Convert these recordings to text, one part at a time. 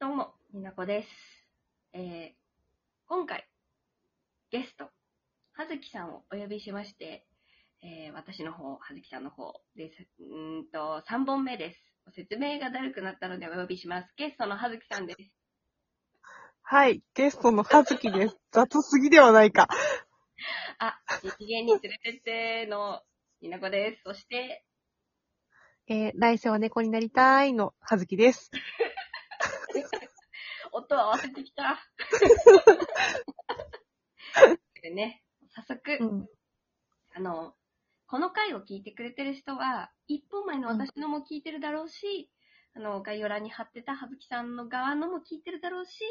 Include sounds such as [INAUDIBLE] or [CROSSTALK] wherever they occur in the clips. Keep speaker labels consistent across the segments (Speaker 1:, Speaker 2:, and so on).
Speaker 1: どうも、みなこです。えー、今回、ゲスト、はずきさんをお呼びしまして、えー、私の方、はずきさんの方です。うーんと、3本目です。説明がだるくなったのでお呼びします。ゲストのはずきさんです。
Speaker 2: はい、ゲストのはずきです。 [LAUGHS] 雑すぎではないか。
Speaker 1: あ、一元に連れてってのみなこです。そして、
Speaker 2: えー、来世は猫になりたいのはずきです。
Speaker 1: 音を合わせてきた。でね、早速、
Speaker 2: うん。
Speaker 1: あの、この回を聞いてくれてる人は、一本前の私のも聞いてるだろうし、あの、概要欄に貼ってた葉月さんの側のも聞いてるだろうし、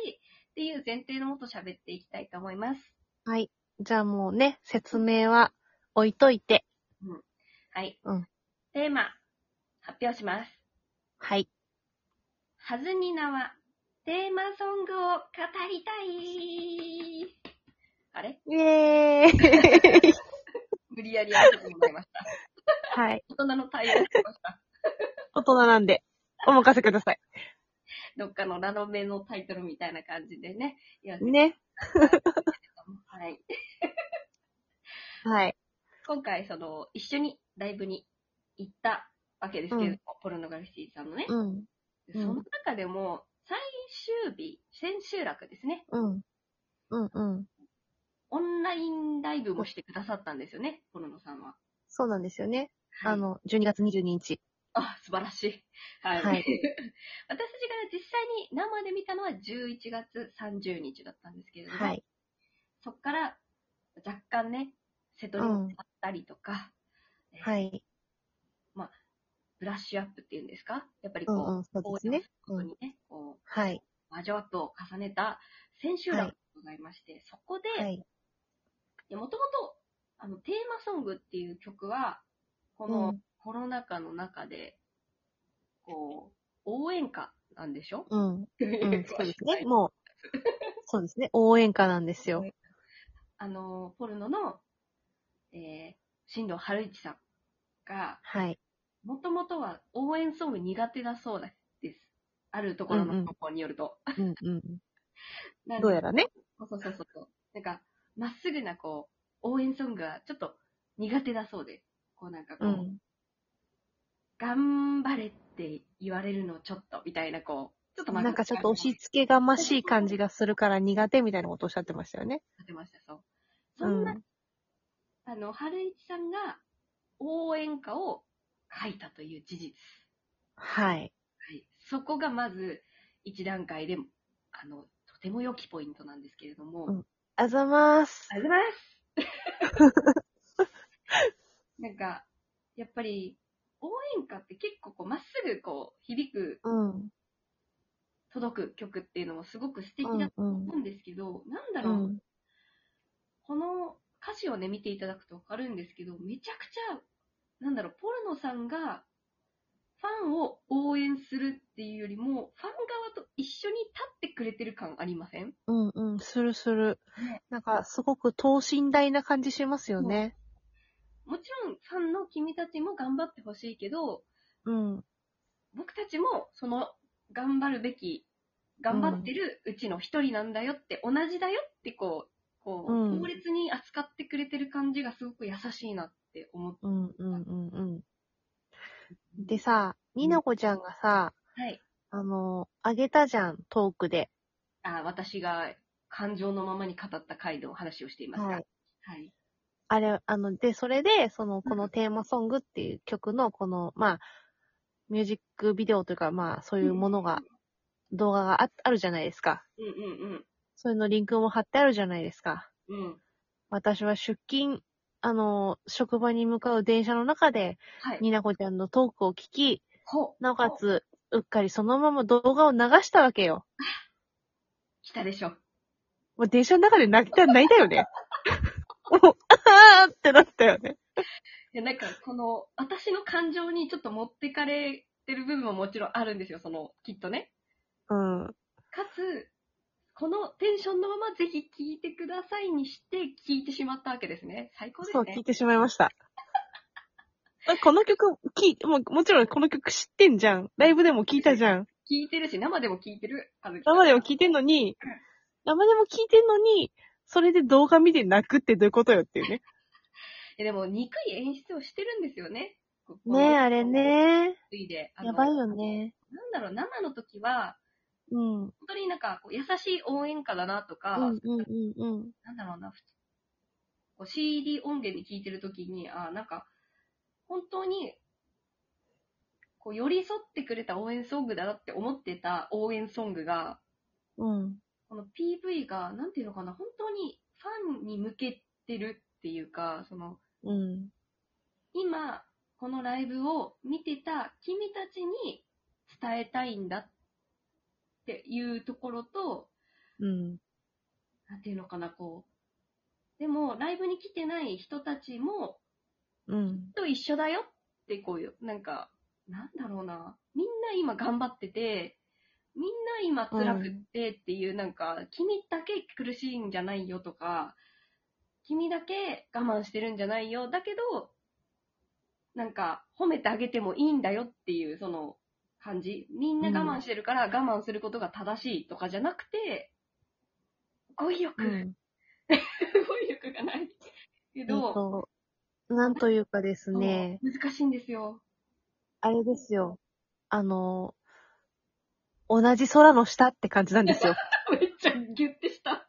Speaker 1: っていう前提のもと喋っていきたいと思います。
Speaker 2: はい。じゃあもうね、説明は置いといて。
Speaker 1: はい。
Speaker 2: うん
Speaker 1: テーマ、発表します。
Speaker 2: はい。
Speaker 1: はずになは、テーマソングを語りたいあれ
Speaker 2: イェーイ
Speaker 1: 無理やりやってもらいました。
Speaker 2: [LAUGHS] はい。
Speaker 1: 大人の対応をしてました。
Speaker 2: 大人なんで、お任せください。
Speaker 1: どっかのラノベのタイトルみたいな感じでね、やって
Speaker 2: ね。
Speaker 1: はい。
Speaker 2: はい。
Speaker 1: 今回、その、一緒にライブに行ったわけですけれども、ポルノガルシーさんのね。
Speaker 2: うん。うん
Speaker 1: その中でも、最終日、千秋楽ですね。
Speaker 2: うん。うんうん。
Speaker 1: オンラインライブもしてくださったんですよね、ポルノさんは。
Speaker 2: そうなんですよね。
Speaker 1: はい
Speaker 2: あ、の、12月22日。
Speaker 1: あ、素晴らしい。はい。
Speaker 2: はい
Speaker 1: [LAUGHS] 私たちが実際に生で見たのは11月30日だったんですけれども、
Speaker 2: はい。
Speaker 1: そっから若干ね、瀬戸にもあったりとか、えー
Speaker 2: はい。
Speaker 1: ブラッシュアップっていうんですかやっぱり
Speaker 2: う
Speaker 1: こう、
Speaker 2: んうん、そうです
Speaker 1: 応
Speaker 2: ね。
Speaker 1: 援することにね、こう、
Speaker 2: はい。
Speaker 1: 魔女と重ねた千秋楽でございまして、そこで、
Speaker 2: はいい。
Speaker 1: やもともとあのテーマソングっていう曲は、こ
Speaker 2: う
Speaker 1: の
Speaker 2: ん
Speaker 1: コロナ禍の中で、こう、応援歌なんでしょ
Speaker 2: うん。
Speaker 1: [LAUGHS]
Speaker 2: うん、そうですね。
Speaker 1: う。
Speaker 2: もう、そうですね。応援歌なんですよ。
Speaker 1: あの、ポルノの、えー、新藤春一さんが、
Speaker 2: はい。
Speaker 1: もともとは応援ソング苦手だそうです。あるところ
Speaker 2: うんう
Speaker 1: の
Speaker 2: ん
Speaker 1: 情報によると。
Speaker 2: うんうん。
Speaker 1: なんで
Speaker 2: どうやらね。
Speaker 1: そうそうそうそうそう。なんか、まっすぐな、こう、応援ソングはちょっと苦手だそうで、こうなんかこ
Speaker 2: う
Speaker 1: う、
Speaker 2: ん。
Speaker 1: 頑張れって言われるのちょっと、みたいな、こう、ちょっと
Speaker 2: なんかちょっと押し
Speaker 1: つ
Speaker 2: 付けがましい感じがするから苦手みたいなことおっしゃってましたよね。
Speaker 1: けてました、そう。そ
Speaker 2: うん
Speaker 1: な、
Speaker 2: ん。
Speaker 1: あの、春一さんが応援歌を書いたという事実。
Speaker 2: はい。
Speaker 1: はい。そこがまず、一段階で、あの、とても良きポイントなんですけれども、
Speaker 2: うんあざまーす
Speaker 1: あ。りがとうございます。なんか、やっぱり、応援歌って結構こう、まっすぐこう、響く、
Speaker 2: うん。
Speaker 1: 届く曲っていうのもすごく素敵
Speaker 2: う
Speaker 1: だ
Speaker 2: ん
Speaker 1: と。
Speaker 2: うん
Speaker 1: 思うんですけど、なんだ
Speaker 2: う
Speaker 1: ろう、
Speaker 2: ん。
Speaker 1: この歌詞をね、見ていただくとわかるんですけど、めちゃくちゃ、なんだろう、ポルノさんが、ファンを応援するっていうよりも、ファン側と一緒に立ってくれてる感ありません
Speaker 2: うんうん。するする
Speaker 1: ね。
Speaker 2: なんかすごく等身大な感じしますよね。
Speaker 1: もちろん、ファンの君たちも頑張ってほしいけど、
Speaker 2: うん。
Speaker 1: 僕たちもその頑張るべき頑張ってるうちの一人なんだよって、同じだよってこうこう、
Speaker 2: うん
Speaker 1: 強烈に扱ってくれてる感じがすごく優しいなって思って、
Speaker 2: うんうんうんうん。でさ、になこちゃんがさ、
Speaker 1: はい、
Speaker 2: あの、あげたじゃん、トークで。
Speaker 1: あ私が感情のままに語った回の話をしていますが、は
Speaker 2: はいい。あれ、あの、で、それで、その、このテーマソングっていう曲の、この、まあ、ミュージックビデオというか、まあ、そういうものが、動画がああるじゃないですか。
Speaker 1: うんうん
Speaker 2: そういうのリンクも貼ってあるじゃないですか。
Speaker 1: うんうん
Speaker 2: 私は出勤、あの、職場に向かう電車の中で、
Speaker 1: はい
Speaker 2: になこちゃんのトークを聞き、
Speaker 1: ほう
Speaker 2: なおかつ、うっかりそのまま動画を流したわけよ。
Speaker 1: 来たでしょ
Speaker 2: もう電車の中で泣きた、泣いたよね。もう、あーってなったよね。
Speaker 1: いやなんかこの私の感情にちょっと持ってかれてる部分ももちろんあるんですよそのきっとね
Speaker 2: うん。
Speaker 1: かつ、このテンションのままぜひ聞いてくださいにして聞いてしまったわけですね。最高で
Speaker 2: そ
Speaker 1: す
Speaker 2: う、聞
Speaker 1: ね
Speaker 2: い。てしまいました。あこの曲、きもうもちろんこの曲知ってんじゃん。ライブでも聞いたじゃん。
Speaker 1: 聞いてるし、生でも聞いてる。葉月さん
Speaker 2: 生でも聞いてんのに、生でも聞いてんのに、それで動画見て泣くってどういうことよっていうね。
Speaker 1: えでも、憎い演出をしてるんですよね。ここ
Speaker 2: ねえ、あれ。ね。
Speaker 1: ついで。あの
Speaker 2: やばいよ。ね。
Speaker 1: なんだろう、生の時は、
Speaker 2: うん。うん
Speaker 1: 本当になんかこう優しい応援歌だなとか、
Speaker 2: うんうんうん。
Speaker 1: なんだろうな、ふこう CD 音源で聴いてるときに、あーなんか、本当に、こう寄り添ってくれた応援ソングだなって思ってた応援ソングが、
Speaker 2: うん。
Speaker 1: この PV が、なんていうのかな、本当にファンに向けてるっていうか、その、
Speaker 2: うん。
Speaker 1: 今、このライブを見てた君たちに伝えたいんだっていうところと、
Speaker 2: うん。
Speaker 1: なんていうのかな、こう。でも、ライブに来てない人たちも、
Speaker 2: うん。
Speaker 1: と一緒だよってこういう、なんか、なんだろうな。みんな今頑張ってて、みんな今辛くってっていう、なんか、君だけ苦しいんじゃないよとか、君だけ我慢してるんじゃないよ。だけど、なんか、褒めてあげてもいいんだよっていう、その、感じ。みんな我慢してるから我慢することが正しいとかじゃなくて、語彙力、
Speaker 2: うん。
Speaker 1: [LAUGHS] 語彙力がないけ
Speaker 2: えっ
Speaker 1: ど、
Speaker 2: と、なんというかですね、
Speaker 1: そう難しいんですよ。
Speaker 2: あれですよ。あの、同じ空の下って感じなんですよ。
Speaker 1: めっちゃギュッてした。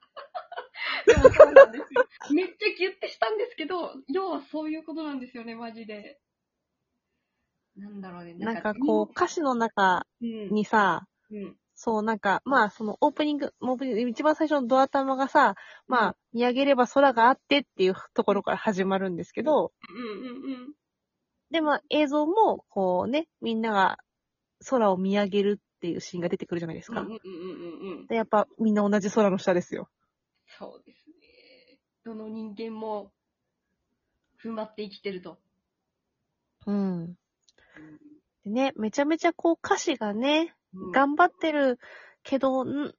Speaker 1: でもそうなんですよ。めっちゃギュッてしたんですけど、要はそういうことなんですよね、マジで。なんだろうね。
Speaker 2: なんかこう、歌詞の中
Speaker 1: う、うん、
Speaker 2: にさ、
Speaker 1: うん、
Speaker 2: そう、なんか、まあ、そのオープニング、オープニング、一番最初のドア玉がさ、まあ、見上げれば空があってっていうところから始まるんですけど、
Speaker 1: うん、うん、うん。
Speaker 2: で、まあ、映像も、こうね、みんなが空を見上げるっていうシーンが出てくるじゃないです
Speaker 1: うん、
Speaker 2: か
Speaker 1: うん、う。ん、うん、うん。
Speaker 2: で、やっぱ、みんな同じ空の下ですよ。
Speaker 1: そうですね。どの人間も、踏ん張って生きてると。
Speaker 2: うん。でね、めちゃめちゃこう歌詞がね、
Speaker 1: うん、
Speaker 2: 頑張ってるけど、ん、んっ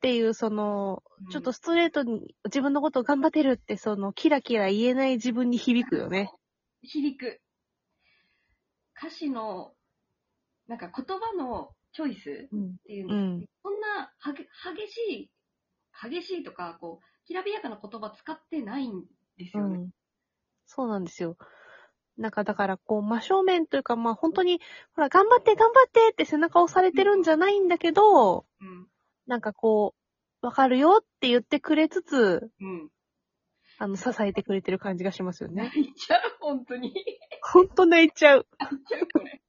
Speaker 2: ていう、その、
Speaker 1: うん
Speaker 2: ちょっと、ストレートに自分のことを頑張ってるって、その、キラキラ言えない自分に響くよね。
Speaker 1: 響く。歌詞の、なんか言葉のチョイス
Speaker 2: うん。
Speaker 1: っていう
Speaker 2: う
Speaker 1: の、
Speaker 2: ん。
Speaker 1: そんなはげ激しい、激しいとか、こう、きらびやかな言葉使ってないんです
Speaker 2: う
Speaker 1: よね。
Speaker 2: ん。そうなんですよ。なんか、だから、こう、真正面というか、まあ、本当に、ほら、頑張って、頑張ってって背中を押されてるんじゃないんだけど、
Speaker 1: うん。
Speaker 2: なんかこう、わかるよって言ってくれつつ、
Speaker 1: うん。
Speaker 2: あの、支えてくれてる感じがしますよね。
Speaker 1: 泣いちゃう、本当に。
Speaker 2: ほんと泣いちゃう。
Speaker 1: 泣いちゃう、これ。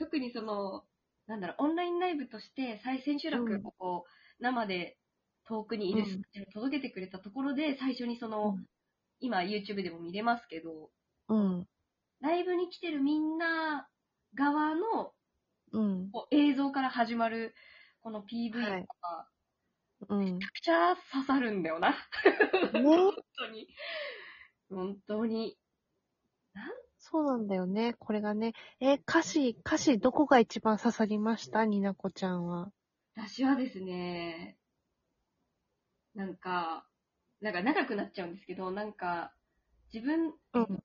Speaker 1: 特にその、 [LAUGHS] なんだろう、オンラインライブとして、最千秋楽をこう、生で遠くにいる人たちに届けてくれたところで、最初にその、
Speaker 2: うん
Speaker 1: 今 YouTube でも見れますけど、
Speaker 2: うん。
Speaker 1: ライブに来てるみんな側の
Speaker 2: うん。
Speaker 1: こう映像から始まる、この PV とか、
Speaker 2: はいうん。
Speaker 1: めちゃくちゃ刺さるんだよな。本当に。本当に。
Speaker 2: そうなんだよね。これがね。えー歌詞、歌詞どこが一番刺さりましたになこちゃんは。
Speaker 1: 私はですね、なんか、なんか長くなっちゃうんですけど、なんか、自分、
Speaker 2: うん
Speaker 1: 半立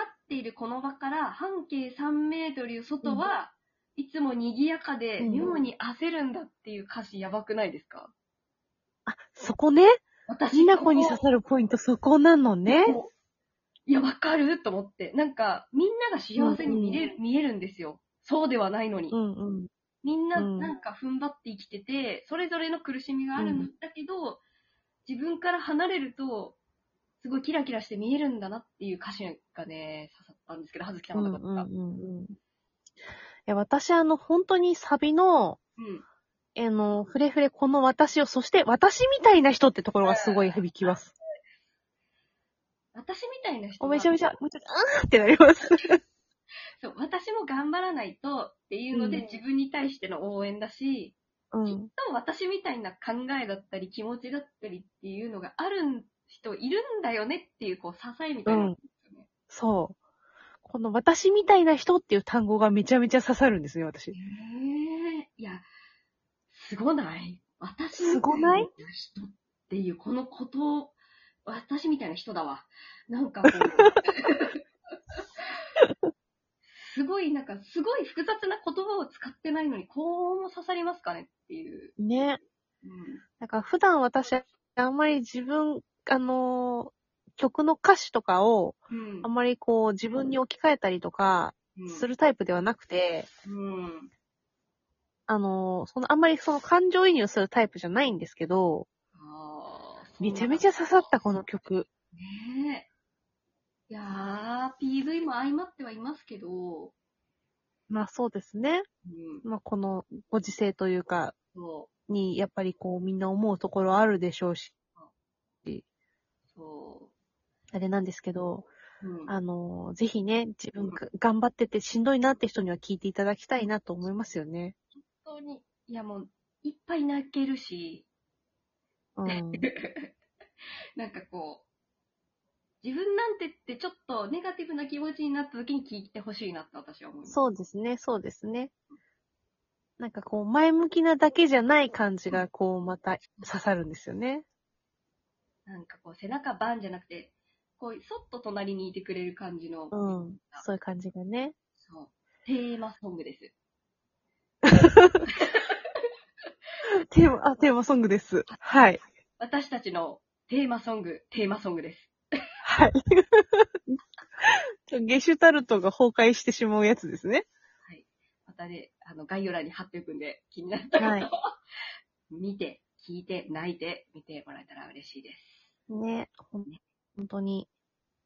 Speaker 1: っているこの場から半径3メートル外は、いつも賑やかで、
Speaker 2: うん
Speaker 1: 妙に焦るんだっていう歌詞やばくないですか
Speaker 2: あ、そこね。
Speaker 1: 私
Speaker 2: になこに刺さるポイントそこなのね。
Speaker 1: いや、わかると思って。なんか、みんなが幸せに見れる、見えるんですよ。そうではないのに。
Speaker 2: うんうん。
Speaker 1: みんな
Speaker 2: うん
Speaker 1: なんか踏ん張って生きてて、それぞれの苦しみがあるんだけど、自分から離れると、すごいキラキラして見えるんだなっていう歌詞がね、刺さったんですけど、はずきさ
Speaker 2: うんんう
Speaker 1: は
Speaker 2: ん
Speaker 1: どうだった
Speaker 2: うんうん。いや、私あの、本当にサビの、
Speaker 1: うん。
Speaker 2: あの、フレフレこの私を、そして私みたいな人ってところがすごい響きます。
Speaker 1: 私みたいな人
Speaker 2: お
Speaker 1: は
Speaker 2: めちゃめちゃ、めちゃめちゃ、あーってなります。
Speaker 1: そう、私も頑張らないとっていうので、
Speaker 2: うん
Speaker 1: 自分に対しての応援だし、
Speaker 2: うん。
Speaker 1: でも私みたいな考えだったり気持ちだったりっていうのがある人いるんだよねっていう、こう、支えみたいな、
Speaker 2: うんそう。この私みたいな人っていう単語がめちゃめちゃ刺さるんですね、私。
Speaker 1: ええいや、すごない私
Speaker 2: すごない
Speaker 1: みたいな人っていう、このこと、私みたい
Speaker 2: [LAUGHS]
Speaker 1: な人だわ。なんかこう、すごいなんかすごい複雑な言葉を使ってないのに高音も刺さりますかねっていう。
Speaker 2: ね。
Speaker 1: うん
Speaker 2: なんか普段私、あんまり自分、あのー曲の歌詞とかを、
Speaker 1: うん
Speaker 2: あんまりこう自分に置き換えたりとか、
Speaker 1: うん
Speaker 2: するタイプではなくて、
Speaker 1: うん。
Speaker 2: あのーそのあんまりその感情移入するタイプじゃないんですけど、
Speaker 1: あー
Speaker 2: めちゃめちゃ刺さったこの曲。
Speaker 1: ねえ。いやー、PV も相まってはいますけど、
Speaker 2: まあそうですね。
Speaker 1: うん、
Speaker 2: まあこのご時世というか、
Speaker 1: そ
Speaker 2: にやっぱりこうみんな思うところあるでしょうし、
Speaker 1: う、そ
Speaker 2: あれなんですけど、
Speaker 1: う。うん、
Speaker 2: あのー、ぜひね、自分
Speaker 1: うん
Speaker 2: が頑張っててしんどいなって人には聞いていただきたいなと思いますよね。
Speaker 1: 本当に、いやもう、いっぱい泣けるし、 [LAUGHS]
Speaker 2: うん。
Speaker 1: なんかこう、自分なんてってちょっとネガティブな気持ちになった時に聞いてほしいなって私は思います。
Speaker 2: そうですね、そうですね。なんかこう、前向きなだけじゃない感じが、こう、また刺さるんですよね。
Speaker 1: なんかこう、背中バンじゃなくて、こう、そっと隣にいてくれる感じの、
Speaker 2: うん。そういう感じがね。
Speaker 1: そう、テーマソングです。
Speaker 2: テーマ、あ、テーマソングです。はい。
Speaker 1: 私たちのテーマソング、テーマソングです。
Speaker 2: [LAUGHS] はい。ゲシュタルトが崩壊してしまうやつですね。
Speaker 1: またね、あの、概要欄に貼っておくんで、気になった方は、
Speaker 2: は
Speaker 1: [LAUGHS]
Speaker 2: い
Speaker 1: 見て、聞いて、泣いて、見てもらえたら嬉しいです。
Speaker 2: ね。ほん本当に、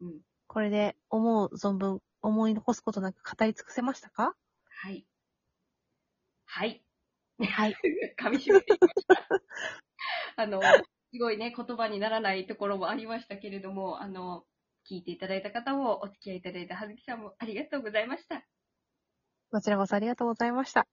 Speaker 1: うん。
Speaker 2: これで思う存分、思い残すことなく語り尽くせましたか
Speaker 1: はい。はい。
Speaker 2: はい。
Speaker 1: [LAUGHS] 噛み締めていました。あの、すごいね、言葉にならないところもありましたけれども、あの、聞いていただいた方も、お付き合いいただいたはずきさんもありがとうございました。
Speaker 2: こちらこそありがとうございました。